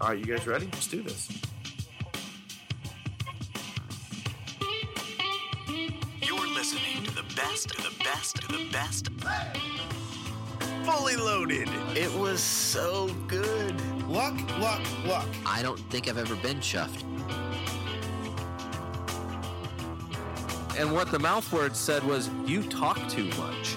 All right, you guys ready? Let's do this. You're listening to the best of the best of the best. Fully loaded. It was so good. Luck, luck, luck. I don't think I've ever been chuffed. And what the mouthword said was, You talk too much.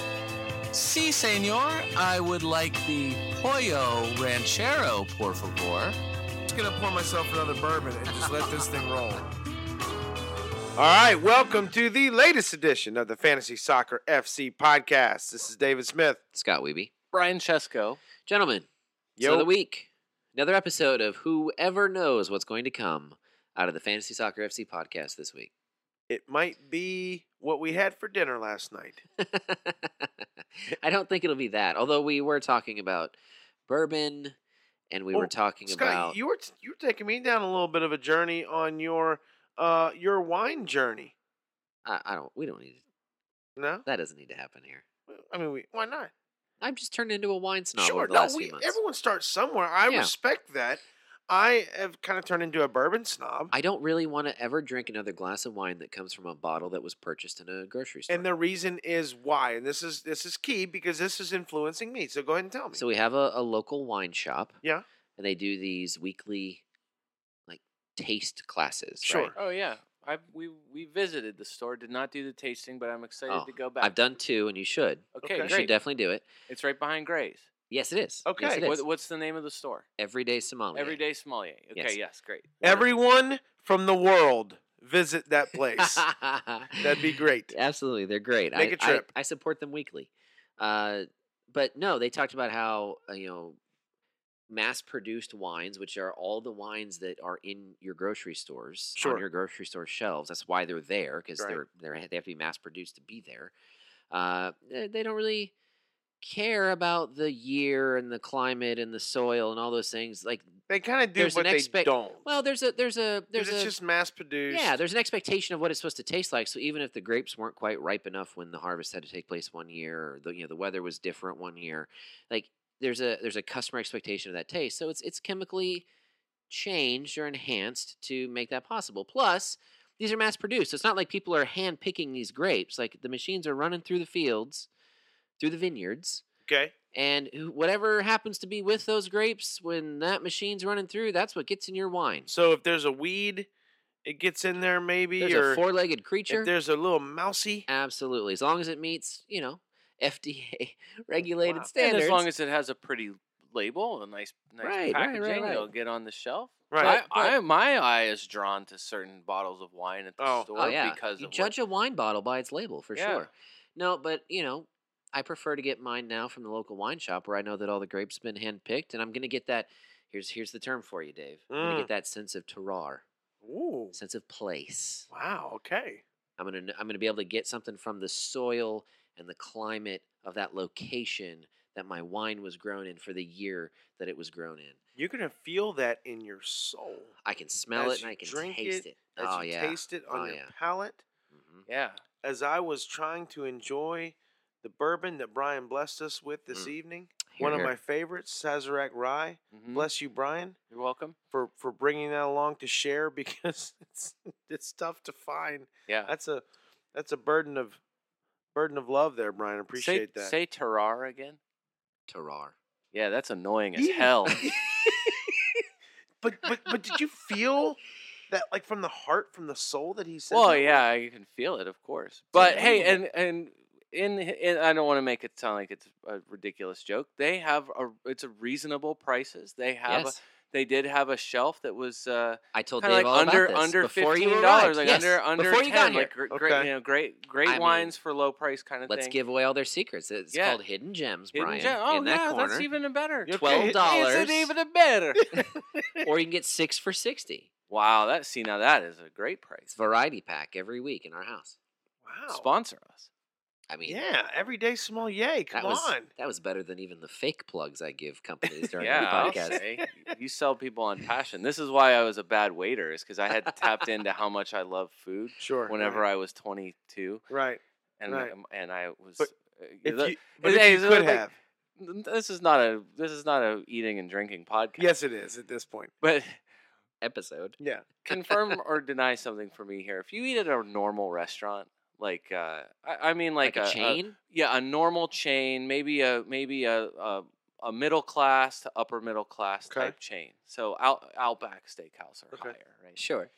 Si, senor, I would like the Pollo Ranchero, por favor. I'm just gonna pour myself another bourbon and just let this thing roll. All right, welcome to the latest edition of the Fantasy Soccer FC podcast. This is David Smith. Scott Weeby. Brian Chesko. Gentlemen, so the week, another episode of Whoever Knows What's Going to Come out of the Fantasy Soccer FC podcast this week. it might be what we had for dinner last night. I don't think it'll be that, although we were talking about bourbon and we Oh, were talking Scott, about. you were t- you were taking me down a little bit of a journey on your uh your wine journey. I, I don't, we don't need, No, that doesn't need to happen here. I mean, we, why not? I've just turned into a wine snob sure, over the no, last we, few months. everyone starts somewhere. I Yeah. respect that. I have kind of turned into a bourbon snob. I don't really want to ever drink another glass of wine that comes from a bottle that was purchased in a grocery store. and the reason is why, and this is this is key because this is influencing me. So go ahead and tell me. so we have a, a local wine shop. Yeah. And they do these weekly, like, taste classes. Sure. right? Oh yeah, I we we visited the store. Did not do the tasting, but I'm excited Oh, to go back. I've done two, and you should. Okay. Okay, You great. should definitely do it. it's right behind Gray's. Yes, it is. Yes, Okay. it Yes. What, is. what's the name of the store? Everyday sommelier. Everyday Sommelier. Okay, Yes. yes, great. Everyone from the world visit that place. That'd That'd be great. Absolutely, they're great. Make I- a I- trip. I, support them weekly. Uh, but no, they talked about how uh, you know mass-produced wines, which are all the wines that are in your grocery stores Sure. on your grocery store shelves. That's why they're there because Right. they're, they're they have to be mass-produced to be there. Uh, they they don't really care about the year and the climate and the soil and all those things. Like, They kind of do, There's but an they expect- don't. well, there's a there's a 'Cause there's it's a just mass produced. yeah, there's an expectation of what it's supposed to taste like. So even if the grapes weren't quite ripe enough when the harvest had to take place one year, or the you know the weather was different one year, like there's a there's a customer expectation of that taste. So it's it's chemically changed or enhanced to make that possible. Plus, these are mass produced. It's not like people are hand picking these grapes. Like the machines are running through the fields, through the vineyards, okay. and who- whatever happens to be with those grapes when that machine's running through, that's what gets in your wine. So if there's a weed, it gets in there maybe, There's or a four-legged creature. if there's a little mousy. Absolutely. As long as it meets, you know, FDA regulated Wow. And standards. as long as it has a pretty label, a nice nice Right, right, right, packaging, right. it'll get on the shelf. Right. I, I- my eye is drawn to certain bottles of wine at the Oh. store oh, yeah. because you of judge a wine bottle by its label for Yeah. sure. No, but, you know, I prefer to get mine now from the local wine shop where I know that all the grapes have been handpicked and I'm going to get that. Here's here's the term for you, Dave. I'm going to Mm. get that sense of terroir, Ooh. sense of place. Wow. Okay. I'm going to I'm going to be able to get something from the soil and the climate of that location that my wine was grown in for the year that it was grown in. You're gonna feel that in your soul I can smell As it and you I can drink taste it, it. as oh you yeah. taste it on Oh, your yeah. palate. Mhm. what- Yeah, As I was trying to enjoy the bourbon that Brian blessed us with this Mm. evening, Here, one of here. my favorites, Sazerac Rye. Mhm. Bless you, Brian, you're welcome. for for bringing that along to share because it's it's tough to find. Yeah, That's a that's a burden of burden of love there, Brian. Appreciate say, that. Say terrar again. terroir. Yeah, that's annoying as Yeah. hell. But but but did you feel that like from the heart, from the soul that he said? Well, that? yeah, you can feel it, of course. But hey, unbelievable. and and in, in I don't want to make it sound like it's a ridiculous joke. They have a it's a reasonable prices. They have Yes. a, They did have a shelf that was uh, I told kind Dave of like all under about this under before you fifteen arrived. dollars, like yes. under under before 10, you got here. like gr- great, Okay. you know, great great I mean, wines for low price kind of Let's thing. give away all their secrets. It's Yeah. called hidden gems, Hidden Brian, gem- Oh in yeah, that corner. that's even a better. Yep. Twelve dollars, Is it even a better? or you can get six for sixty. wow, that see now that is a great price. It's variety pack every week in our house. Wow. Sponsor us. I mean, Yeah, everyday small yay. that Come was on. that was better than even the fake plugs I give companies during yeah, I'll the podcast. say. you sell people on passion. This is why I was a bad waiter, is because I had tapped into how much I love food Sure. whenever I was 22, I right. and um, Right. and I was. But uh, If the- you, but hey, if you so could like- have, this is not a this is not a eating and drinking podcast. yes, it is at this point. but Episode. Yeah. confirm or deny something for me here. If you eat at a normal restaurant, like uh, I, I mean, like, Like, a, chain? yeah, a normal chain, maybe a maybe a a, a middle class to upper middle class Okay. type chain. So out, Outback Steakhouse or Okay. higher, right? sure.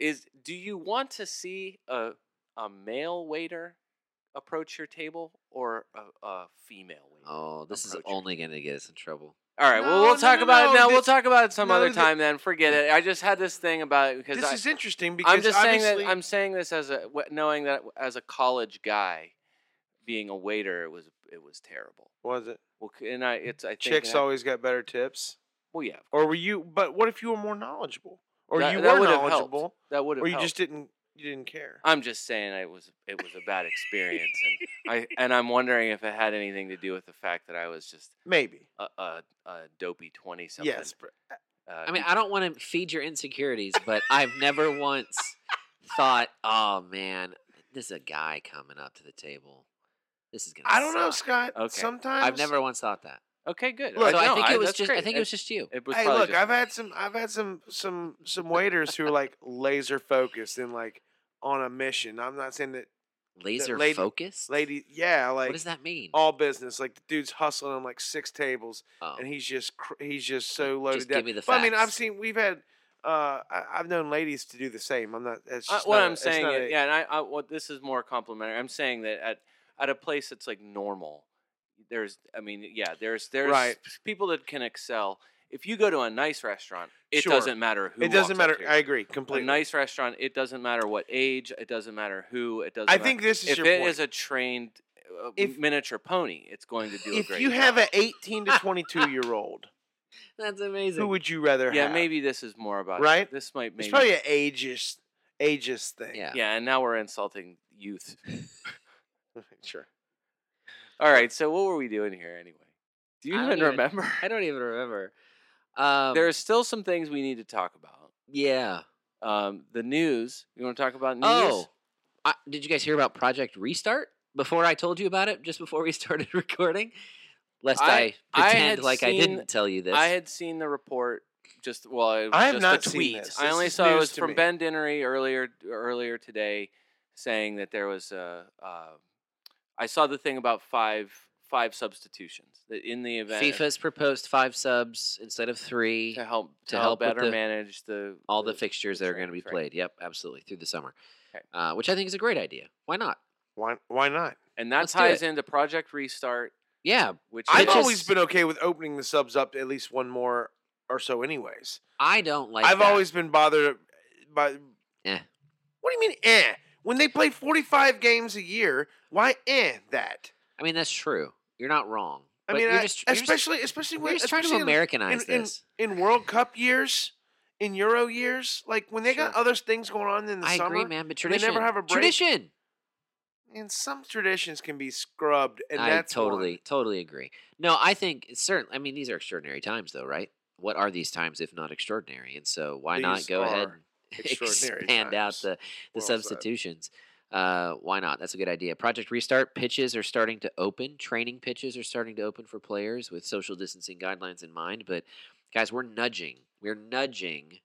Is do you want to see a a male waiter approach your table or a, a female waiter? Oh, this is Approach it. only going to get us in trouble. All right. well, No, we'll no, talk no, about it no, now. we'll this- talk about it some no, other thi- time. Then forget it. I just had this thing about it because This I, is interesting because I'm just saying that obviously- I'm saying this as a wh- knowing that as a college guy, being a waiter it was it was terrible. was it Well, c- and I it's I think chicks that- always got better tips, well yeah or were you? But what if you were more knowledgeable, or that, you that were would have helped. knowledgeable, that would have or you helped. just didn't you didn't care? I'm just saying it was it was a bad experience and I and I'm wondering if it had anything to do with the fact that I was just Maybe a a, a dopey twenty something. yes. but- Uh, I mean, I don't want to feed your insecurities, but I've never once thought, "Oh man, this is a guy coming up to the table. This is going to I don't know, Scott. Okay. I've Sometimes I've never once thought that. okay, good. Look, so no, I think it was that's just I great. think it was just you. It was Hey, probably look, just- I've had some, I've had some, some, some waiters who are like laser focused and like on a mission. I'm not saying that Laser lady- focus? lady, yeah, like what does that mean? all business. Like the dude's hustling on like six tables, Oh. and he's just cr- he's just so loaded Just down. give me the But I mean, I've facts. seen we've had uh, I, I've known ladies to do the same. I'm not. That's Uh, just what not a- I'm it's saying, not is, a- yeah, and I, I what this is more complimentary. I'm saying that at at a place that's like normal, there's, I mean, yeah, there's there's Right. people that can excel. If you go to a nice restaurant, it Sure. doesn't matter who. it doesn't walks up matter. to you. I agree a completely. nice restaurant, it doesn't matter what age, it doesn't matter who, it doesn't. I matter- think this is if it your is point. a trained uh, If- miniature pony, it's going to do a if great. you have job. an 18 to 22 year old, That's amazing. who would you rather yeah, have? maybe this is more about Right? This might maybe it's probably an ageist ageist thing. yeah. yeah, and now we're insulting youth. sure. All right, so what were we doing here anyway? Do you I even, don't even- remember? I don't even remember. Um, There are still some things we need to talk about. yeah. Um, the news. You want to talk about news? Oh, I, did you guys hear about Project Restart? Before I told you about it, just before we started recording, lest I, I- I pretend had like I seen- didn't tell you this. I had seen the report. Just well, it was I have just not the seen tweet. this. I This only is saw it news was to from me. Ben Dinnery earlier earlier today, saying that there was a. Uh, I saw the thing about five five substitutions that in the event FIFA's proposed five subs instead of three. to help to help with better the- manage the All the fixtures that are going to be trainings, right. played. Yep, absolutely through the summer, Okay. uh, which I think is a great idea. Why not? Why? Why not? and that Let's do ties it. into Project Restart, Yeah, which I've is- always been okay with opening the subs up to at least one more or so, anyways. I don't like. I've that. always been bothered by. Eh. What do you mean, eh? When they play 45 games a year, why eh that? I mean, that's true. You're not wrong. I but mean, you're I- just, you're just- especially especially we're when just trying to especially in- Americanize in- this. in, World Cup years, in Euro years, like when they got other things going on in the I summer, agree, man. But they never tradition, have a break. tradition. and some traditions can be scrubbed, and I that's one. totally, totally agree. No, I think it's certain. I mean, these are extraordinary times, though, right? What are these times if not extraordinary? And so, why not These go ahead are and extraordinary expand out times. the, the Well said. substitutions? Uh, why not? That's a good idea. Project Restart pitches are starting to open. Training pitches are starting to open for players with social distancing guidelines in mind. But guys, we're nudging. We're nudging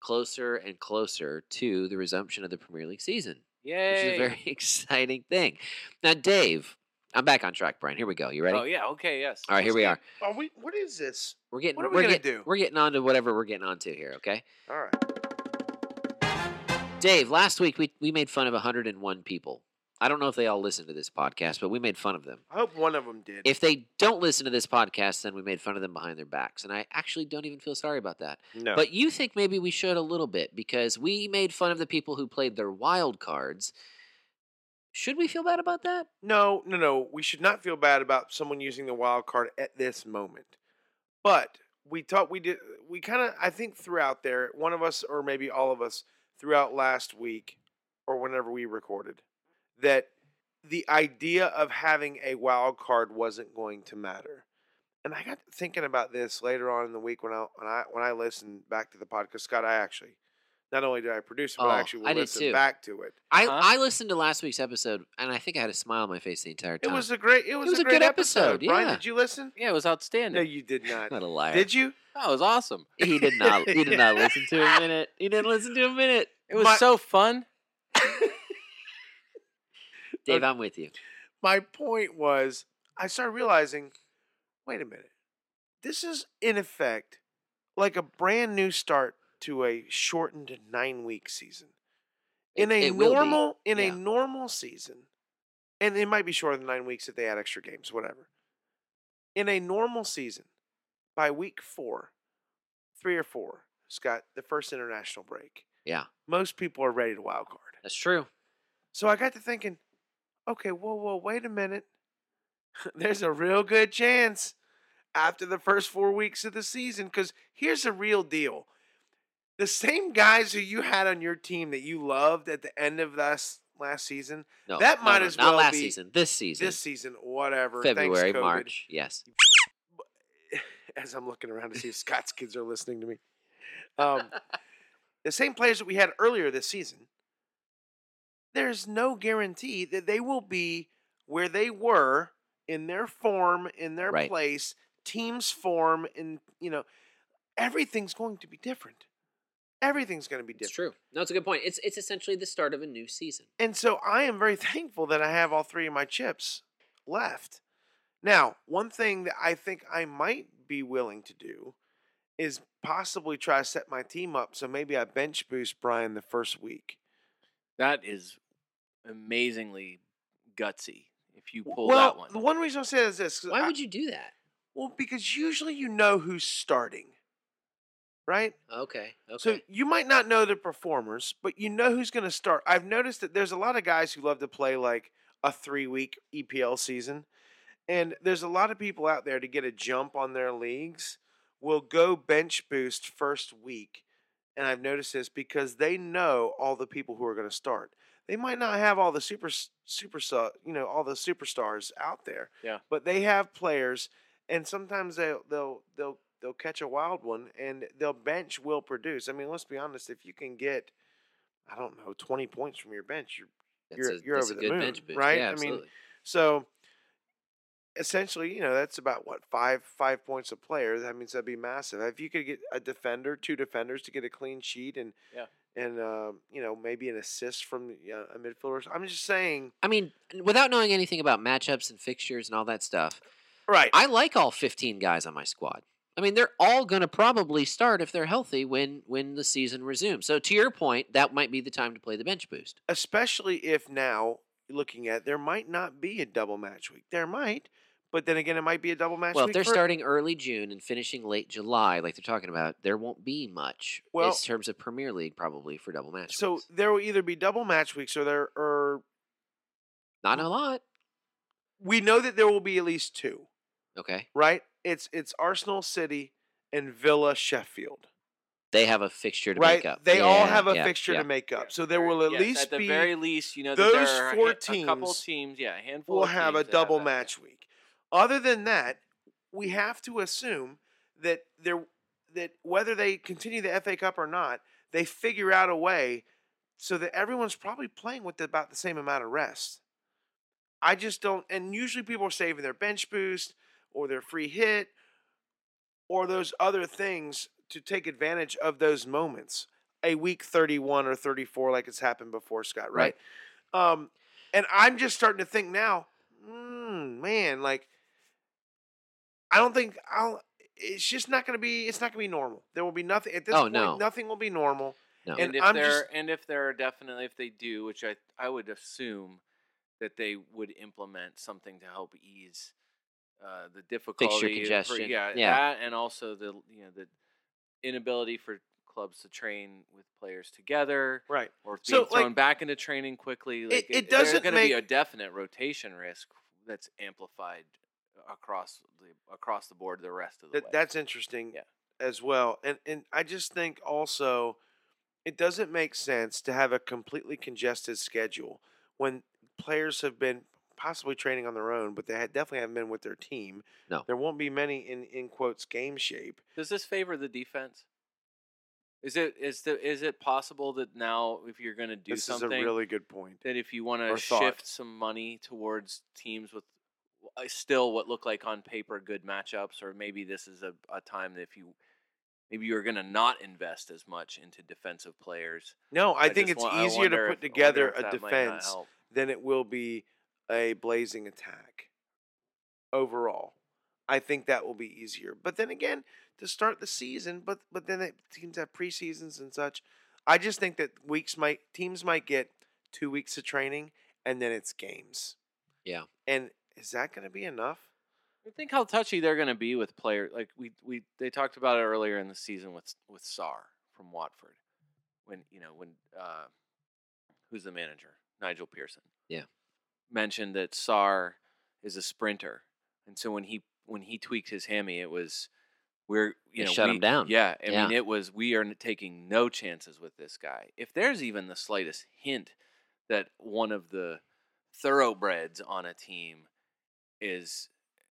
closer and closer to the resumption of the Premier League season which is a Yay. very exciting thing. Now, Dave, I'm back on track, Brian. Here we go. You ready? Oh yeah. Okay. Yes. All right, here we are. Are we? What is this? We're getting What are we we are gonna getting do? we're getting on to whatever we're getting on to here, okay? All right. Dave, last week we, we made fun of 101 people. I don't know if they all listen to this podcast, but we made fun of them. I hope one of them did. If they don't listen to this podcast, then we made fun of them behind their backs. And I actually don't even feel sorry about that. no. But you think maybe we should a little bit because we made fun of the people who played their wild cards. Should we feel bad about that? No, no, no. We should not feel bad about someone using the wild card at this moment. But we thought we did. We kind of, I think, threw out there. One of us, or maybe all of us, threw out last week or whenever we recorded that the idea of having a wild card wasn't going to matter. And I got thinking about this later on in the week when I when I when I listened back to the podcast. Scott, I actually not only did I produce it, but Oh, I actually will I did listen too. back to it. I, Huh? I listened to last week's episode and I think I had a smile on my face the entire It time. was a great. It was, was a, a good great episode. episode, Brian, yeah. did you listen? Yeah, it was No, outstanding. you did not. what a liar. Did you? That was awesome. He did not. He did not listen to a minute. He didn't listen to a minute. It was My- so fun. Dave, I'm with you. My point was, I started realizing, wait a minute, this is in effect like a brand new start to a shortened nine week season. In It- a it will be. normal, in yeah. a normal season, and it might be shorter than nine weeks if they add extra games, whatever. In a normal season, by week four, three or four, Scott, the first international break. Yeah. Most people are ready to wild card. That's true. So I got to thinking, okay, whoa, whoa, wait a minute. There's a real good chance after the first four weeks of the season, because here's the real deal. The same guys who you had on your team that you loved at the end of last last season, No, That no, might no, as not well last be season. This season. this season, whatever, thanks, February, COVID, March. Yes. As I'm looking around to see if Scott's kids are listening to me, um, the same players that we had earlier this season, there's no guarantee that they will be where they were in their form, in their Right. place, team's form, and you know, everything's going to be different. Everything's going to be different. true. No, it's a good point. It's it's essentially the start of a new season. And so I am very thankful that I have all three of my chips left. Now, one thing that I think I might be willing to do is possibly try to set my team up so maybe I bench boost Brian the first week. That is amazingly gutsy. If you pull well, that the one, one reason I say that is this. 'cause Why I- would you do that? Well, because usually you know who's starting, right? Okay. Okay. So you might not know the performers, but you know who's going to start. I've noticed that there's a lot of guys who love to play like a three week EPL season. And there's a lot of people out there to get a jump on their leagues will go bench boost first week. And I've noticed this because they know all the people who are going to start. They might not have all the super super su- you know all the superstars out there. Yeah. But they have players and sometimes they'll they'll they'll they'll catch a wild one and they'll bench will produce. I mean, let's be honest, if you can get I don't know, 20 points from your bench, you're that's you're- a, you're that's over a the good moon, bench boost. right? Yeah, I mean, absolutely. so essentially, you know, that's about what five five points a player. That means that'd be massive. If you could get a defender, two defenders to get a clean sheet, and Yeah. and uh, you know maybe an assist from uh, a midfielder. I'm just saying, I mean, without knowing anything about matchups and fixtures and all that stuff, right? I like all 15 guys on my squad. I mean, they're all going to probably start if they're healthy when when the season resumes. So to your point, that might be the time to play the bench boost. Especially if now looking at there might not be a double match week. There might, but then again, it might be a double match. well, if week they're for- starting early June and finishing late July, like they're talking about, there won't be much Well- in terms of Premier League probably for double match. so weeks. there will either be double match weeks or there or not a lot. we know that there will be at least two. Okay, right? It's it's Arsenal City and Villa Sheffield, they have a fixture to right? make up. They all Yeah, have a yeah, fixture yeah. to make up, so there will at Yes, least at the be very least, you know, that those there are four a, ha- a couple teams teams, yeah, a handful. we'll of have a teams that double that. match week. Other than that, we have to assume that there that whether they continue the FA Cup or not, they figure out a way so that everyone's probably playing with about the same amount of rest. I just don't and usually people are saving their bench boost or their free hit or those other things to take advantage of those moments. A week 31 or 34 like it's happened before Scott, right? Right. Um, and I'm just starting to think now, mm, man, like I don't think I'll. It's just not going to be. It's not going to be normal. There will be nothing at this Oh, point. no. Nothing will be normal. No. And, And if I'm there just- and if there are definitely if they do, which I I would assume that they would implement something to help ease uh, the difficulty, for- congestion. yeah, Yeah. that and also the you know the inability for clubs to train with players together Right. or So, being thrown like, back into training quickly. Like, it doesn't There's to be a make- definite rotation risk that's amplified across the across the board the rest of the way. That, that's interesting Yeah. as well. And and I just think also it doesn't make sense to have a completely congested schedule when players have been possibly training on their own, but they had, definitely haven't been with their team. No. There won't be many in, in quotes game shape. Does this favor the defense? Is it is the is it possible that now if you're going to do this something is a really good point. that if you want or to thought. shift some money towards teams with uh, still what look like on paper good matchups, or maybe this is a, a time that if you maybe you're going to not invest as much into defensive players. No, I, think just it's wa- I easier to wonder put if- I wonder together if a that might not defense help. than it will be a blazing attack overall. I think that will be easier. But then again, to start the season, but but then it, teams have preseasons and such. I just think that weeks might teams might get two weeks of training and then it's games. Yeah. And is that going to be enough? I think how touchy they're going to be with player. Like we we they talked about it earlier in the season with with Sar from Watford, when you know when uh, who's the manager Nigel Pearson. Yeah. mentioned that Sar is a sprinter, and so when he when he tweaked his hammy, it was we're you They know shut him we- down. Yeah, I Yeah. mean it was we are n- taking no chances with this guy. If there's even the slightest hint that one of the thoroughbreds on a team is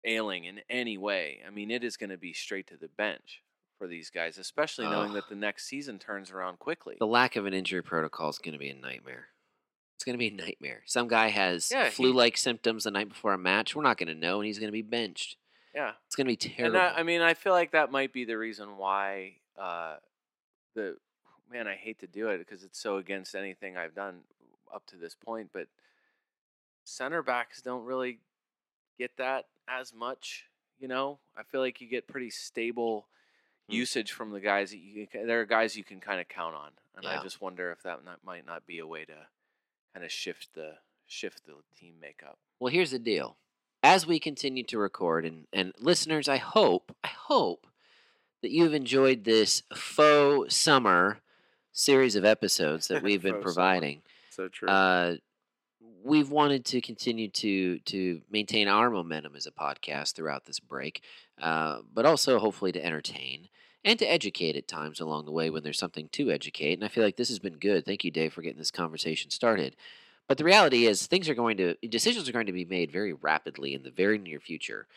ailing in any way, I mean, it is going to be straight to the bench for these guys, especially knowing Ugh. that the next season turns around quickly. The lack of an injury protocol is going to be a nightmare. It's going to be a nightmare. Some guy has Yeah, he- flu-like symptoms the night before a match. We're not going to know, and he's going to be benched. yeah. It's going to be And terrible. I, I mean, I feel like that might be the reason why uh, the man. I hate to do it because it's so against anything I've done up to this point. But center backs don't really get that as much. You know, I feel like you get pretty stable Hmm. usage from the guys that you. can- There are guys you can kind of count on, and Yeah. I just wonder if that not, might not be a way to kind of shift the shift the team makeup. Well, here's the deal. As we continue to record, and, and listeners, I hope, I hope that you've enjoyed this faux summer series of episodes that we've been Faux summer. providing. So true. Uh, we've wanted to continue to to maintain our momentum as a podcast throughout this break, uh, but also hopefully to entertain and to educate at times along the way when there's something to educate. And I feel like this has been good. Thank you, Dave, for getting this conversation started. But the reality is, things are going to decisions are going to be made very rapidly in the very near future.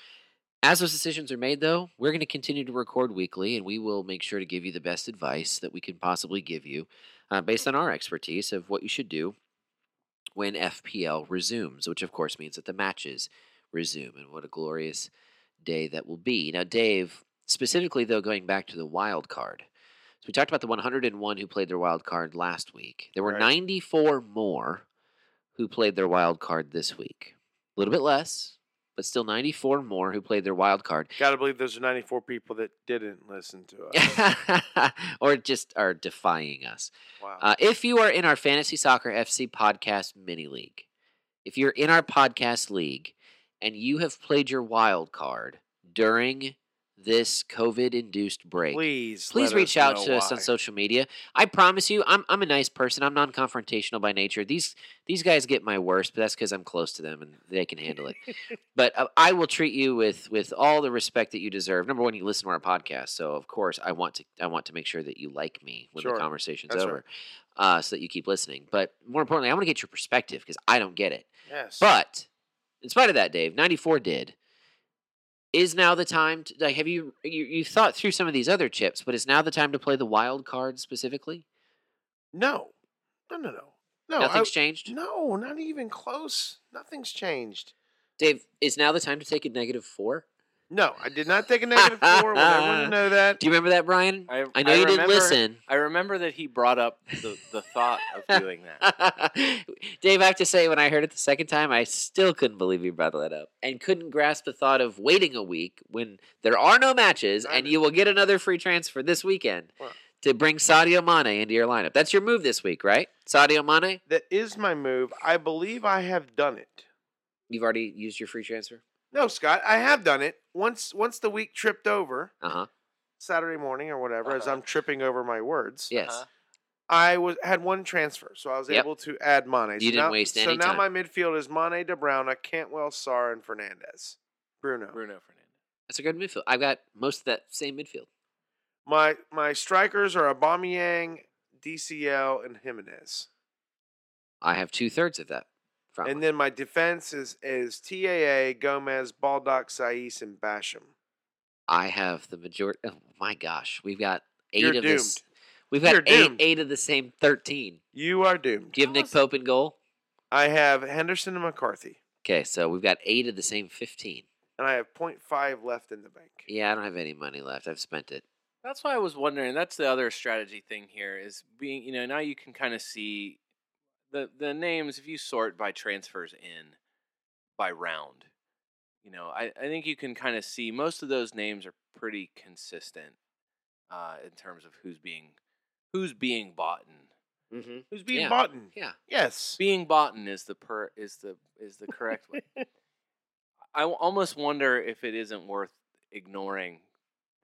As those decisions are made, though, we're going to continue to record weekly, and we will make sure to give you the best advice that we can possibly give you, uh, based on our expertise of what you should do when FPL resumes, which of course means that the matches resume. And what a glorious day that will be. Now, Dave, specifically though, going back to the wild card. So we talked about the 101 who played their wild card last week. There were Right. 94 more who played their wild card this week. A little bit less, but still 94 more who played their wild card. Got to believe those are 94 people that didn't listen to us. or just are defying us. wow. Uh, if you are in our Fantasy Soccer FC podcast mini league, if you're in our podcast league and you have played your wild card during this COVID induced break, please please let reach us out know to us on why. social media. I promise you, I'm, I'm a nice person. I'm non confrontational by nature. These these guys get my worst, but that's because I'm close to them and they can handle it. but uh, I will treat you with with all the respect that you deserve. Number one, you listen to our podcast, so of course I want to I want to make sure that you like me when Sure. the conversation's That's right. over, uh, so that you keep listening. But more importantly, I want to get your perspective because I don't get it. Yes. But in spite of that, Dave, 94 did. Is now the time to, like have you, you you thought through some of these other chips, but is now the time to play the wild card specifically? no. No, no, no. No, I- Nothing's changed. No, not even close. Nothing's changed. Dave, is now the time to take a negative four? No, I did not take a negative four. I want everyone to know that. Do you remember that, Brian? I- know I you didn't remember- listen. I remember that he brought up the, the thought of doing that. Dave, I have to say, when I heard it the second time, I still couldn't believe you brought that up and couldn't grasp the thought of waiting a week when there are no matches I and know. you will get another free transfer this weekend Well- to bring Sadio Mane into your lineup. That's your move this week, right? Sadio Mane, That is my move. I believe I have done it. you've already used your free transfer. No, Scott, I have done it. Once once the week tripped over, Uh huh. Saturday morning or whatever, as Uh-huh. I'm tripping over my words, Yes. Uh-huh. I was had one transfer, so I was Yep. able to add Mane. so didn't now, waste so any now time. my midfield is Mane, De Bruyne, Cantwell, Sar, and Fernandez. Bruno. Bruno Fernandez. That's a good midfield. I've got most of that same midfield. My my strikers are Aubameyang, DCL, and Jimenez. I have two thirds of that. Front And line. then my defense is is TAA, Gomez, Baldock, Saiz, and Basham. I have the majority. Oh my gosh, we've got 8 You're of this. We've You're got eight, doomed. eight of the same thirteen. You are doomed. Give Nick Pope in goal. I have Henderson and McCarthy, Okay, so we've got eight of the Mm-hmm. same fifteen. and I have 0.5 left in the bank. Yeah, I don't have any money left. I've spent it. That's why I was wondering. That's the other strategy thing here is being, you know, now you can kind of see the the names if you sort by transfers in by round. You know, I, I think you can kind of see most of those names are pretty consistent uh, in terms of who's being who's being bought. Mm-hmm. Who's being Yeah. bought? Yeah. Yes. Being bought is the per is the is the correct way. I w- almost wonder if it isn't worth ignoring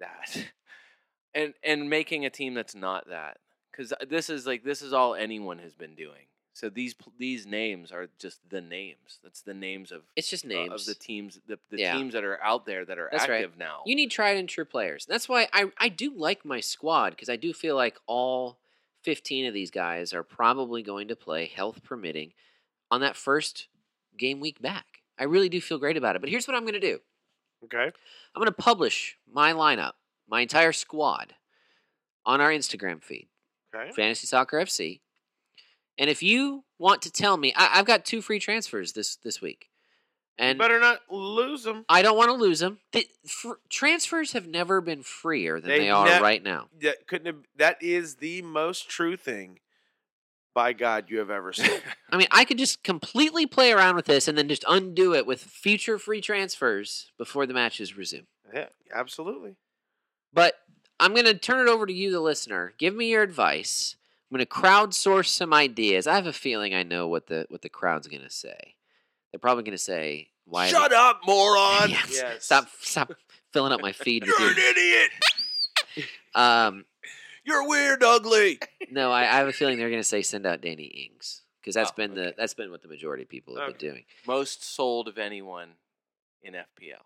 that and and making a team that's not that because this is like this is all anyone has been doing. So these pl- these names are just the names. That's the names of It's just uh, names. of the teams the, the Yeah. teams that are out there that are That's right. active now. You need tried and true players. That's why I, I do like my squad because I do feel like all 15 of these guys are probably going to play, health permitting, on that first game week back. I really do feel great about it. But here's what I'm going to do Okay. I'm going to publish my lineup, my entire squad, on our Instagram feed. Okay. Fantasy Soccer FC. And if you want to tell me, I, I've got two free transfers this this week, and Better not lose them. I don't want to lose them. The, fr- transfers have never been freer than they, They are ne- right now. That couldn't have, that is the most true thing by God you have ever seen. I mean, I could just completely play around with this and then just undo it with future free transfers before the matches resume. yeah, absolutely. But I'm going to turn it over to you, the listener. Give me your advice. I'm going to crowdsource some ideas. I have a feeling I know what the what the crowd's going to say. They're probably going to say, "Why Shut up, moron! Yes. Yes. Stop stop filling up my feed with You're an your idiot! um You're weird, ugly! no, I, I have a feeling they're gonna say send out Danny Ings. Because that's Oh, been the okay. that's been what the majority of people have Okay. been doing. Most sold of anyone in FPL.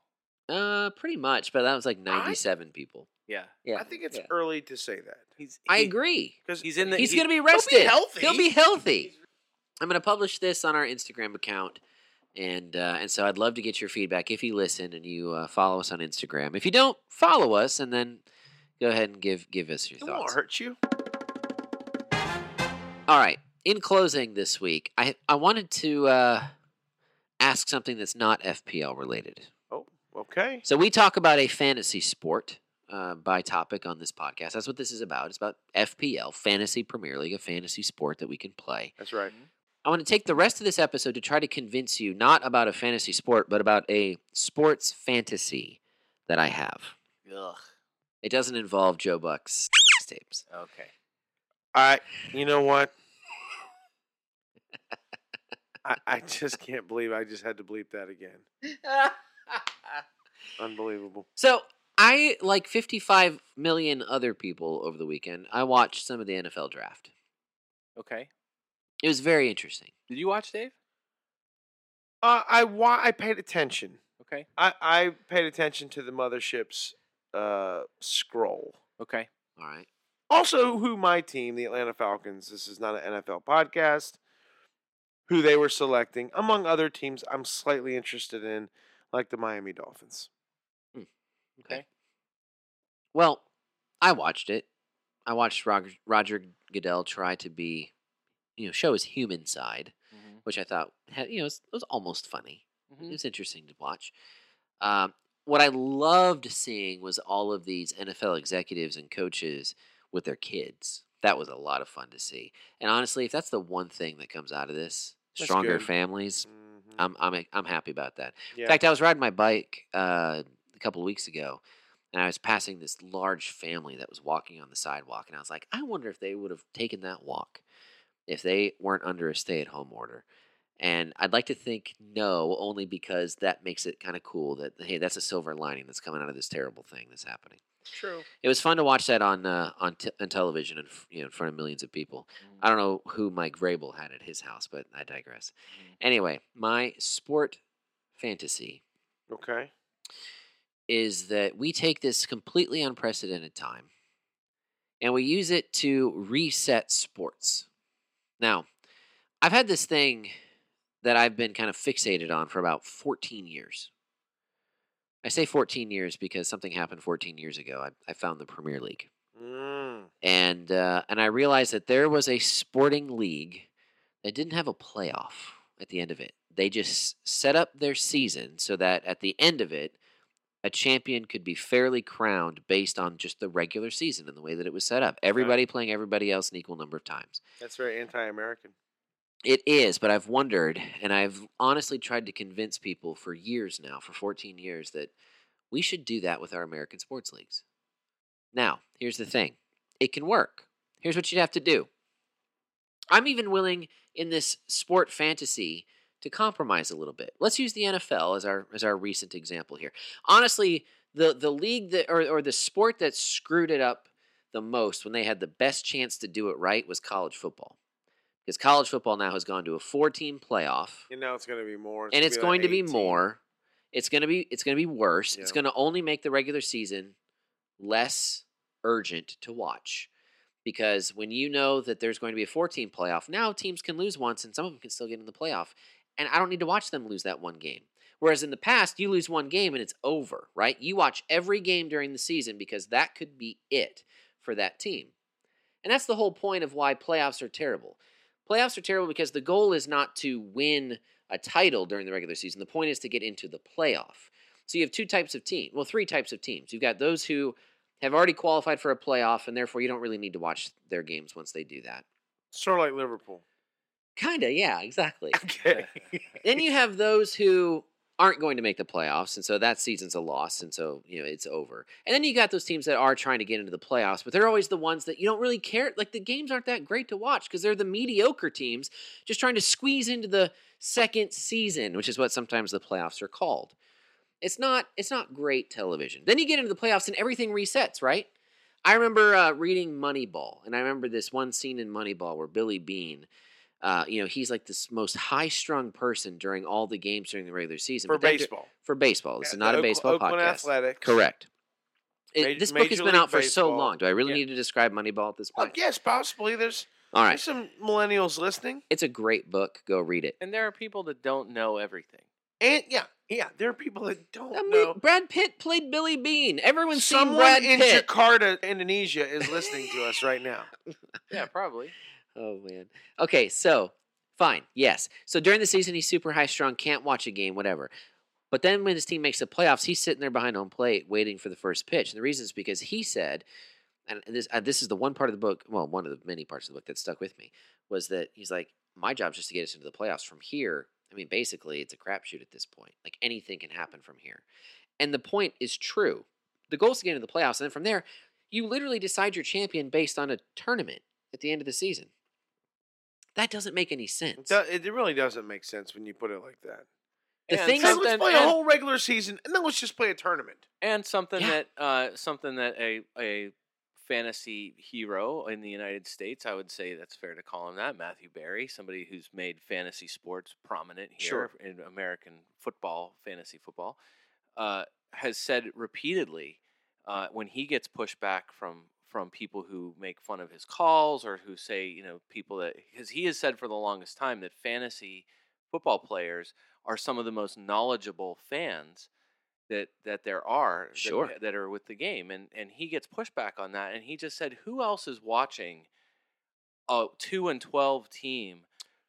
Uh pretty much, but that was like ninety seven people. Yeah, Yeah. I think it's yeah. early to say that he's I he- agree. because He's in the He's he- gonna be rested. healthy. He'll be healthy. I'm gonna publish this on our Instagram account. And uh, and so I'd love to get your feedback if you listen and you uh, follow us on Instagram. If you don't, follow us and then go ahead and give give us your it won't thoughts. hurt you. All right. In closing this week, I I wanted to uh, ask something that's not FPL related. Oh, okay. So we talk about a fantasy sport uh, by topic on this podcast. That's what this is about. It's about FPL, Fantasy Premier League, a fantasy sport that we can play. That's right. I want to take the rest of this episode to try to convince you not about a fantasy sport, but about a sports fantasy that I have. ugh. It doesn't involve Joe Buck's tapes. Okay. I. You know what? I, I just can't believe I just had to bleep that again. Unbelievable. So I, like 55 million other people over the weekend, I watched some of the NFL draft. Okay. It was very interesting. Did you watch Dave? Uh, I wa- I paid attention. Okay. I, I paid attention to the mothership's uh, scroll. Okay. All right. Also, who my team, the Atlanta Falcons, this is not an NFL podcast, who they were selecting, among other teams I'm slightly interested in, like the Miami Dolphins. Okay. Okay. Well, I watched it. I watched Roger, Roger Goodell try to be, you know, show his human side, Mm-hmm. which I thought, had, you know, it was, it was almost funny. Mm-hmm. It was interesting to watch. Um, what I loved seeing was all of these NFL executives and coaches with their kids. That was a lot of fun to see. And honestly, if that's the one thing that comes out of this, That's stronger good. families, Mhm. um, I'm I'm I'm happy about that. yeah. In fact, I was riding my bike uh, a couple of weeks ago, and I was passing this large family that was walking on the sidewalk, and I was like, I wonder if they would have taken that walk if they weren't under a stay-at-home order. And I'd like to think no, only because that makes it kind of cool that hey, that's a silver lining that's coming out of this terrible thing that's happening. True. It was fun to watch that on uh, on, t- on television and you know in front of millions of people. I don't know who Mike Vrabel had at his house, but I digress. Anyway, my sport fantasy Okay. is that we take this completely unprecedented time and we use it to reset sports. Now, I've had this thing that I've been kind of fixated on for about 14 years. I say 14 years because something happened 14 years ago. I, I found the Premier League. Mm. And, uh, and I realized that there was a sporting league that didn't have a playoff at the end of it. They just set up their season so that at the end of it, a champion could be fairly crowned based on just the regular season and the way that it was set up. Everybody playing everybody else an equal number of times. That's very anti-American. It is, but I've wondered, and I've honestly tried to convince people for years now, for 14 years, that we should do that with our American sports leagues. Now, here's the thing it can work. Here's what you'd have to do. I'm even willing in this sport fantasy to compromise a little bit. Let's use the NFL as our as our recent example here. Honestly, the the league that or, or the sport that screwed it up the most when they had the best chance to do it right was college football. Because college football now has gone to a four team playoff You know it's going to be more. and it's going to be like 18. more. It's going to be it's going to be worse. It's Yeah. going to only make the regular season less urgent to watch because when you know that there's going to be a four team playoff, now teams can lose once and some of them can still get in the playoff, and I don't need to watch them lose that one game. Whereas in the past, you lose one game and it's over, right? You watch every game during the season because that could be it for that team. And that's the whole point of why playoffs are terrible. Playoffs are terrible because the goal is not to win a title during the regular season. The point is to get into the playoff. So you have two types of team, well, three types of teams. You've got those who have already qualified for a playoff, and therefore you don't really need to watch their games once they do that. Sort of like Liverpool. Kinda, yeah, exactly. Okay. then you have those who aren't going to make the playoffs, and so that season's a loss, and so you know it's over. And then you got those teams that are trying to get into the playoffs, but they're always the ones that you don't really care. Like the games aren't that great to watch because they're the mediocre teams just trying to squeeze into the second season, which is what sometimes the playoffs are called. It's not it's not great television. Then you get into the playoffs and everything resets, right? I remember uh, reading Moneyball, and I remember this one scene in Moneyball where Billy Bean uh, you know, he's like this most high strung person during all the games during the regular season. For but then dur- baseball. for baseball. This Yeah, is the not a Oak- baseball Oakland podcast. Athletics. Correct. It- Major- this book has Major been League out for so Baseball. long. Do I really Yeah. Oh, need to describe Moneyball at this Well, point? yes, possibly. There's, All there's right. some millennials listening, It's a great book. Go read it. And there are people that don't know everything. and yeah, yeah, there are people that don't I mean, know. Brad Pitt played Billy Bean. Everyone's seen Someone Brad in Pitt. Jakarta, Indonesia, is listening to us right now. Yeah, probably. Oh man. Okay, so fine. Yes. So during the season, he's super high strung, can't watch a game, whatever. But then when his team makes the playoffs, he's sitting there behind home plate waiting for the first pitch. And the reason is because he said, and this uh, this is the one part of the book, well, one of the many parts of the book that stuck with me was that he's like, my job's just to get us into the playoffs. From here, I mean, basically, it's a crapshoot at this point. Like anything can happen from here. And the point is true. The goal is to get into the playoffs, and then from there, you literally decide your champion based on a tournament at the end of the season. That doesn't make any It, sense. do, it really doesn't make sense when you put it like that. The And thing Hey, is, some- let's Something- play a and- whole regular season, and then let's just play a tournament. And something Yeah. that uh, something that a a fantasy hero in the United States, I would say that's fair to call him that, Matthew Barry, somebody who's made fantasy sports prominent here Sure. in American football, fantasy football, uh, has said repeatedly uh, when he gets pushback from from people who make fun of his calls or who say you know people that because he has said for the longest time that fantasy football players are some of the most knowledgeable fans that that there are that- Sure. that, are with the game and and he gets pushback on that and he just said who else is watching a 2 and 12 team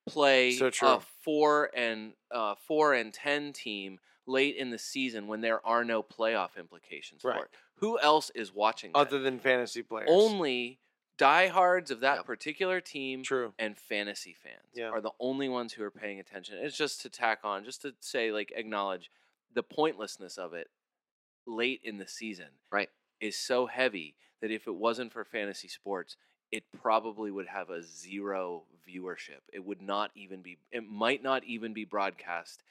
play So a true. 4 and uh, 4 and 10 team late in the season when there are no playoff implications Right. for it who else is watching that? Other than fantasy players, only diehards of that Yep. particular team true. and fantasy fans Yeah. are the only ones who are paying attention. It's just to tack on, just to say, like, acknowledge the pointlessness of it late in the season Right. is so heavy that if it wasn't for fantasy sports, it probably would have a zero viewership. It would not even be. It might not even be broadcast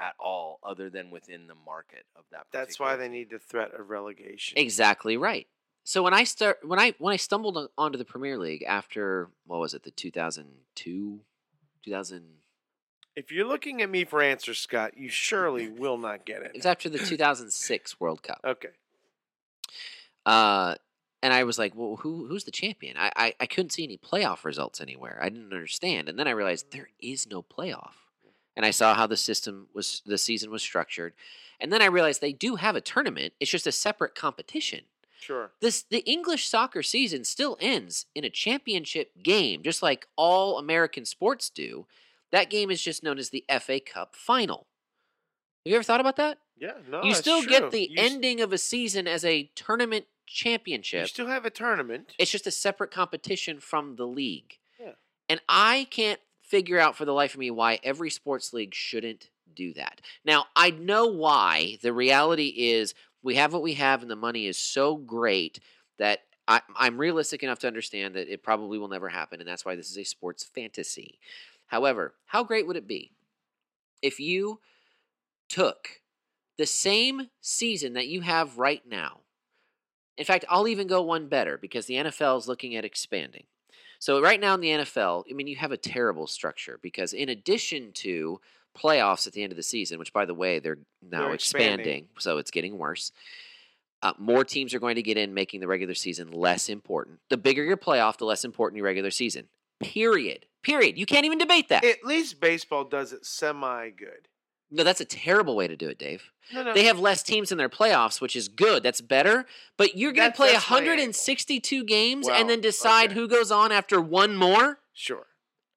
at all, other than within the market of that. That's why particular they team. need the threat of relegation. Exactly right. So when I start when I when I stumbled on- onto the Premier League after what was it the 2002 2000 If you're looking at me for answers, Scott, you surely will not get it was it. after the 2006 World Cup. Okay. Uh and I was like, well, who who's the champion? I, I I couldn't see any playoff results anywhere. I didn't understand. And then I realized there is no playoff. And I saw how the system was the season was structured. And then I realized they do have a tournament. It's just a separate competition. Sure. This the English soccer season still ends in a championship game, just like all American sports do. That game is just known as the FA Cup final. Have you ever thought about that? Yeah. No. you Oh, it's still get true. the You s- ending of a season as a tournament You championship. still have a tournament. it's just a separate competition from the league. Yeah. And I can't figure out for the life of me why every sports league shouldn't do that. Now, I know why. The reality is we have what we have and the money is so great that I, I'm realistic enough to understand that it probably will never happen, and that's why this is a sports fantasy. However, how great would it be if you took the same season that you have right now? In fact, I'll even go one better because the NFL is looking at expanding. So, right now in the NFL, I mean, you have a terrible structure because, in addition to playoffs at the end of the season, which, by the way, they're now They're expanding. expanding, so it's getting worse. Uh, more teams are going to get in, making the regular season less important. The bigger your playoff, the less important your regular season. Period. Period. You can't even debate that. At least baseball does it semi good. No, that's a terrible way to do it, Dave. No, no. They have less teams in their playoffs, which is good. That's better. But you're going That's- to play that's my angle. 162 games Well, and then decide okay. who goes on after one more? sure.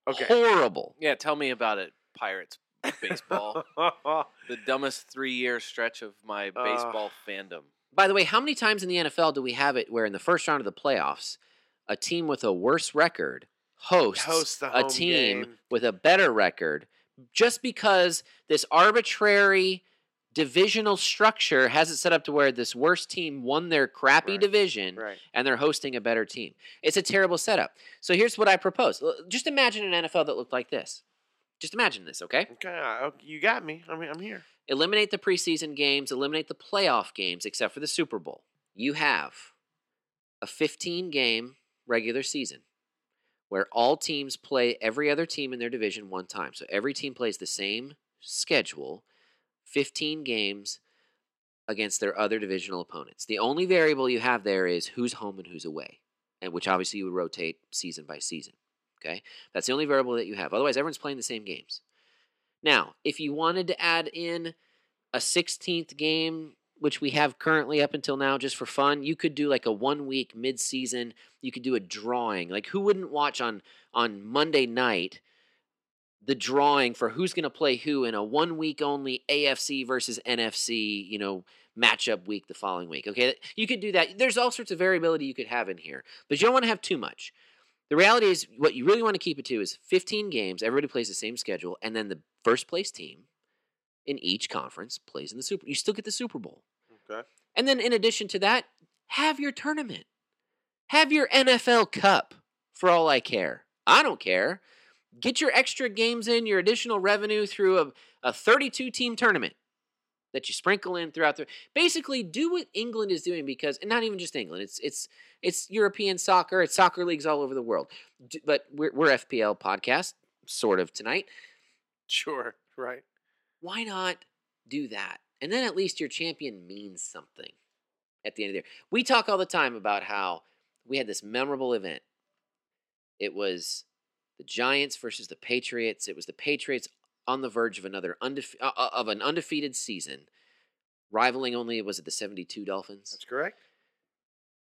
Okay. Horrible. Yeah, tell me about it, Pirates baseball. the dumbest three-year stretch of my baseball fandom. By the way, how many times in the NFL do we have it where in the first round of the playoffs, a team with a worse record hosts Hosts the a home team game. with a better record just because this arbitrary divisional structure has it set up to where this worst team won their crappy Right, division right. and they're hosting a better team. It's a terrible setup. So here's what I propose. L- Just imagine an NFL that looked like this. Just imagine this, okay? Okay. I- okay, You got me. I mean, I'm here. Eliminate the preseason games, eliminate the playoff games, except for the Super Bowl. You have a 15 game regular season where all teams play every other team in their division one time. So every team plays the same schedule, 15 games against their other divisional opponents. The only variable you have there is who's home and who's away, and which obviously you would rotate season by season. Okay? That's the only variable that you have. Otherwise, everyone's playing the same games. Now, if you wanted to add in a 16th game, which we have currently up until now just for fun, you could do like a one week mid-season, you could do a drawing. Like who wouldn't watch on on Monday night the drawing for who's going to play who in a one week only AFC versus NFC, you know, matchup week the following week. Okay? You could do that. There's all sorts of variability you could have in here, but you don't want to have too much. The reality is, what you really want to keep it to is 15 games. Everybody plays the same schedule, and then the first place team in each conference plays in the Super. You still get the Super Bowl, Okay. and then in addition to that, have your tournament, have your NFL Cup. For all I care, I don't care. Get your extra games in, your additional revenue through a, a 32 team tournament that you sprinkle in throughout the. Basically, do what England is doing because, and not even just England. It's it's it's European soccer. It's soccer leagues all over the world. D- But we're, we're FPL podcast, sort of tonight. Sure. Right. Why not do that? And then at least your champion means something at the end of the year. We talk all the time about how we had this memorable event. It was the Giants versus the Patriots. It was the Patriots on the verge of another undefe- uh, uh, of an undefeated season, rivaling only was it the seventy two Dolphins? That's correct.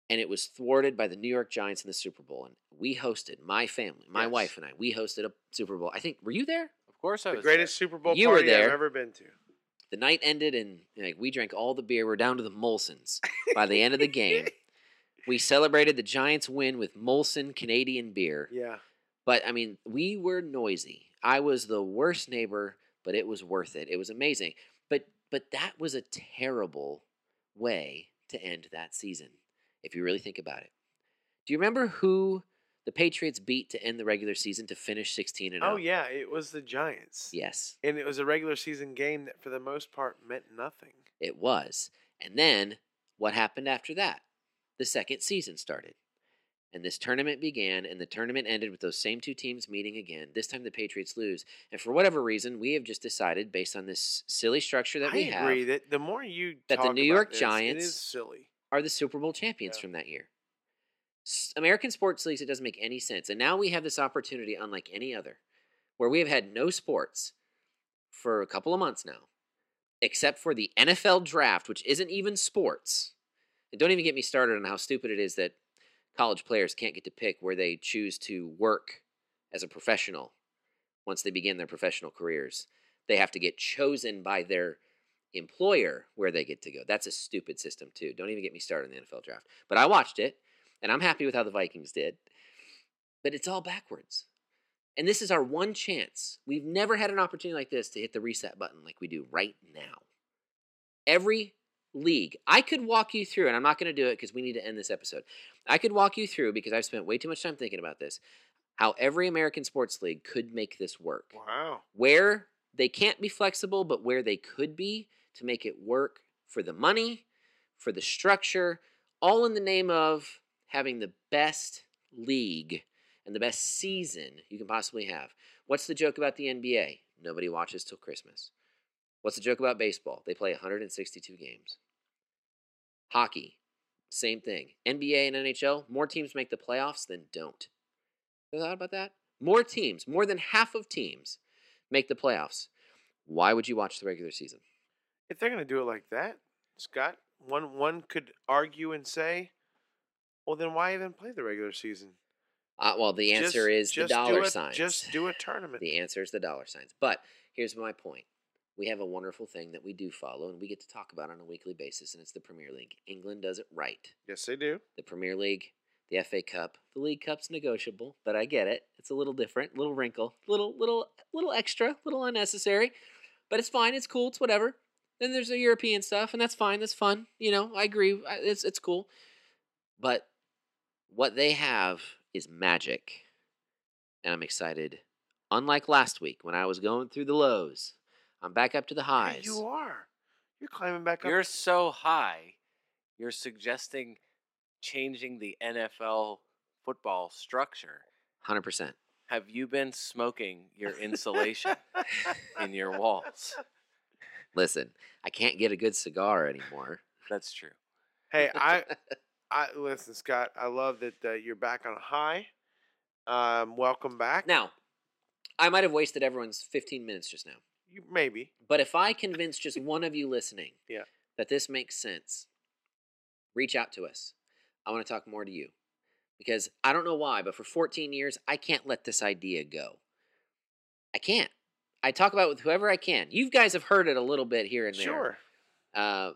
and it was thwarted by the New York Giants in the Super Bowl. And we hosted my family, my Yes. wife and I. We hosted a Super Bowl. I think were you there? Of course, I The was greatest Super Bowl You were party I've there. ever been to. The night ended, and like we drank all the beer. We're down to the Molsons by the end of the game. We celebrated the Giants win with Molson Canadian beer. Yeah. But I mean, we were noisy. I was the worst neighbor, but it was worth it. It was amazing. But but that was a terrible way to end that season, if you really think about it. Do you remember who the Patriots beat to end the regular season to finish 16 and 0? Oh yeah, it was the Giants. Yes, And it was a regular season game that for the most part meant nothing. it was. And then what happened after that? The second season started. And this tournament began, and the tournament ended with those same two teams meeting again. This time the Patriots lose. And for whatever reason, we have just decided, based on this silly structure that I we have, agree that the more you that the talk New about York this, Giants- it is silly. are the Super Bowl champions Yeah. from that year. S- American sports leagues, it doesn't make any sense. And now we have this opportunity, unlike any other, where we have had no sports for a couple of months now, except for the NFL draft, which isn't even sports. And don't even get me started on how stupid it is that college players can't get to pick where they choose to work as a professional once they begin their professional careers. They have to get chosen by their employer where they get to go. That's a stupid system too. Don't even get me started on the NFL draft. But I watched it and I'm happy with how the Vikings did. But it's all backwards. And this is our one chance. We've never had an opportunity like this to hit the reset button like we do right now. Every league, I could walk you through, and I'm not going to do it because we need to end this episode. I could walk you through because I've spent way too much time thinking about this how every American sports league could make this work Wow. where they can't be flexible, but where they could be to make it work for the money, for the structure, all in the name of having the best league and the best season you can possibly have. What's the joke about the NBA? Nobody watches till Christmas. What's the joke about baseball? They play 162 games. Hockey, same thing. NBA and NHL, more teams make the playoffs than don't. You thought about that? More teams, more than half of teams make the playoffs. Why would you watch the regular season? If they're gonna do it like that, Scott, one one could argue and say, well, then why even play the regular season? Uh, well, the answer Just- is just the do dollar a- signs. Just do a tournament. the answer is the dollar signs. But here's my point. We have a wonderful thing that we do follow and we get to talk about on a weekly basis, and it's the Premier League. England does it right. yes, they do. The Premier League, the FA Cup, the League Cup's negotiable, but I get it. It's a little different, little wrinkle, little little little extra, little unnecessary. But it's fine, it's cool, it's whatever. Then there's the European stuff, and that's fine, that's fun. You know, I agree. I- It's it's cool. But what they have is magic. And I'm excited. Unlike last week when I was going through the lows, I'm back up to the Yeah, highs. you are. You're climbing back up. You're so high, you're suggesting changing the NFL football structure. 100%. Have you been smoking your insulation in your walls? Listen, I can't get a good cigar anymore. That's true. Hey, I, I listen, Scott. I love that uh, you're back on a high. Um, welcome back. Now, I might have wasted everyone's 15 minutes just now, you, maybe but if I convince just one of you listening Yeah. that this makes sense, reach out to us. I want to talk more to you because I don't know why, but for 14 years, I can't let this idea go. I can't. I talk about it with whoever I can. You guys have heard it a little bit here and there. sure. Uh,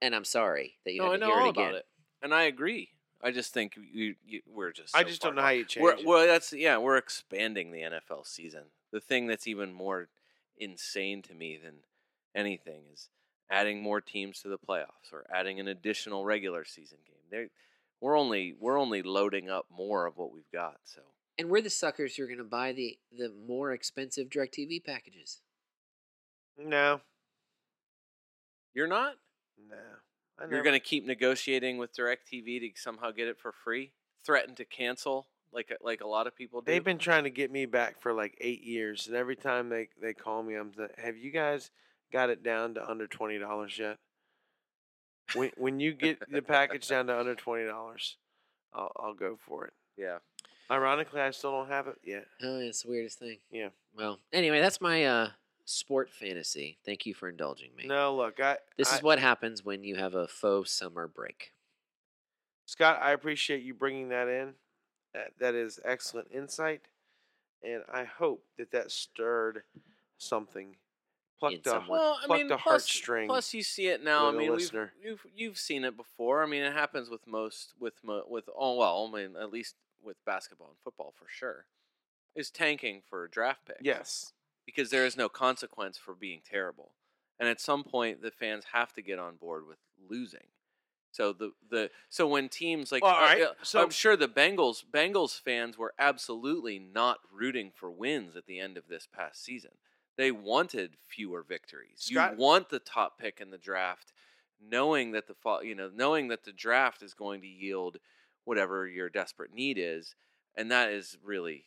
and I'm sorry that you no, I had to know hear all it again. about it, and I agree. I just think you, you we're just. I so just far don't know gone. how you change We're, it. well, that's yeah. We're expanding the NFL season. The thing that's even more insane to me than anything is adding more teams to the playoffs or adding an additional regular season game. They, we're only we're only loading up more of what we've got. So And we're the suckers who are going to buy the, the more expensive DirecTV packages. No, you're not. no. I You're never- going to keep negotiating with DirecTV to somehow get it for free. Threaten to cancel like like a lot of people do. They've been trying to get me back for like eight years, and every time they they call me, I'm like, "Have you guys got it down to under twenty dollars yet? When when you get the package down to under twenty dollars, I'll I'll go for it." yeah. Ironically, I still don't have it yet. Oh, it's the weirdest thing. Yeah. Well, anyway, that's my uh, sport fantasy. Thank you for indulging me. No, look, I This I, is what happens when you have a faux summer break. Scott, I appreciate you bringing that in. That, that is excellent insight, and I hope that that stirred something, plucked a, someone. Well, I plucked mean, a plus- heartstring. Plus, you see it now. I with a mean, we've, listener. you've you've seen it before. I mean, it happens with most with mo- with all well, I mean, at least with basketball and football for sure. Is tanking for draft picks. yes, because there is no consequence for being terrible, and at some point, the fans have to get on board with losing. So the the so when teams like Well, all uh, right, uh, so- I'm sure the Bengals Bengals fans were absolutely not rooting for wins at the end of this past season. They wanted fewer victories. Scott- you want the top pick in the draft, knowing that the fall, you know knowing that the draft is going to yield whatever your desperate need is, and that is really,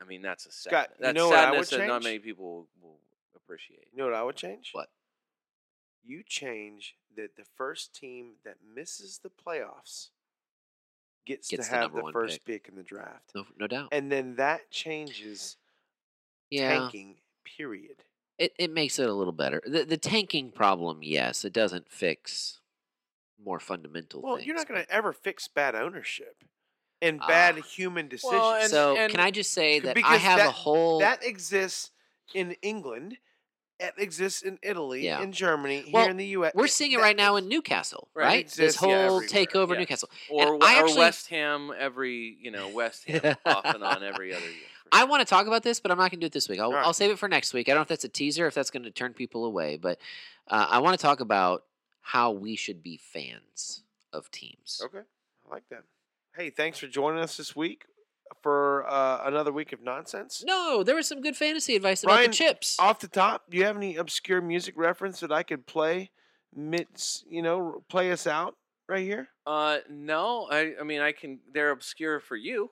I mean, that's a sad, Scott, you that's know what I would sadness that not change? many people will, will appreciate. You know what I would change? What? You change that the first team that misses the playoffs gets, Gets to the have number the, one first pick. in the draft. No, no doubt. And then that changes yeah. tanking, period. It it makes it a little better. The the tanking problem, yes, it doesn't fix more fundamental Well, things. you're not going but- to ever fix bad ownership and bad Ah. human decisions. Well, and- so can I just say that I because have a that- whole that exists in England. It exists in Italy, Yeah. in Germany, Well, here in the U.S. we're seeing it that- right now in Newcastle, Right, it right? this exists, yeah, whole everywhere, takeover yeah. Newcastle. or, And we- I or actually- West Ham every you know West Ham off and on every other year. for I sure. want to talk about this, but I'm not going to do it this week. I'll, All right. I'll save it for next week. I don't know if that's a teaser, if that's going to turn people away, but uh, I want to talk about how we should be fans of teams. Okay, I like that. Hey, thanks for joining us this week for uh, another week of nonsense. No, there was some good fantasy advice about Ryan, the chips. Off the top, do you have any obscure music reference that I could play? Mid, you know, play us out right here. Uh, no, I I mean I can. They're obscure for you.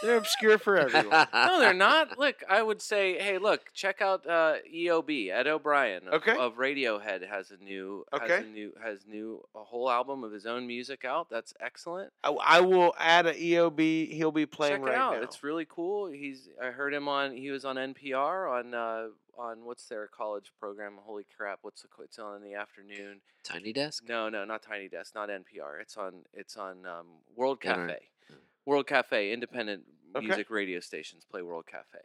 They're obscure for everyone. No, they're not. Look, I would say, hey, look, check out uh, EOB Ed O'Brien of, Okay. of Radiohead has a new has Okay. a new has new a whole album of his own music out. That's excellent. I, I will add a EOB. He'll be playing check right it out. now. It's really cool. He's I heard him on he was on NPR on uh on what's their college program? Holy crap! What's the it's on in the afternoon? Tiny desk. No, no, not Tiny Desk, not NPR. It's on it's on um, World Yeah, no, Cafe. yeah. World Cafe, independent Okay. music radio stations play World Cafe.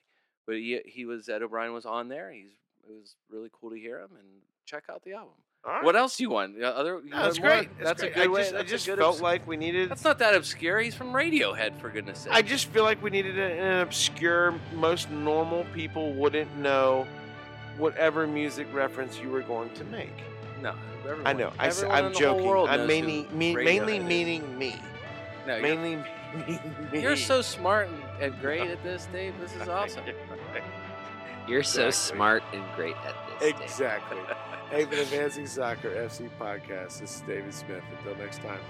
But he he was Ed O'Brien was on there. He's it was really cool to hear him and check out the album. All right. What else you want? Uh, Other you No, that's want more? great. That's great. a good I way. just, that's I just a good felt obs- like we needed. that's not that obscure. He's from Radiohead, for goodness sake. I just feel like we needed a- an obscure, most normal people wouldn't know whatever music reference you were going to make. no. Everyone, I know. I, everyone in am the whole joking. world I'm knows mainly, who mean, Radiohead mainly is. meaning me. No, you're, Mainly meaning me. you're so smart and, and great at this, Dave. This is awesome. You're so Exactly. smart and great at this. Dave. Exactly. hey, for the Advancing Soccer FC podcast, this is David Smith. Until next time.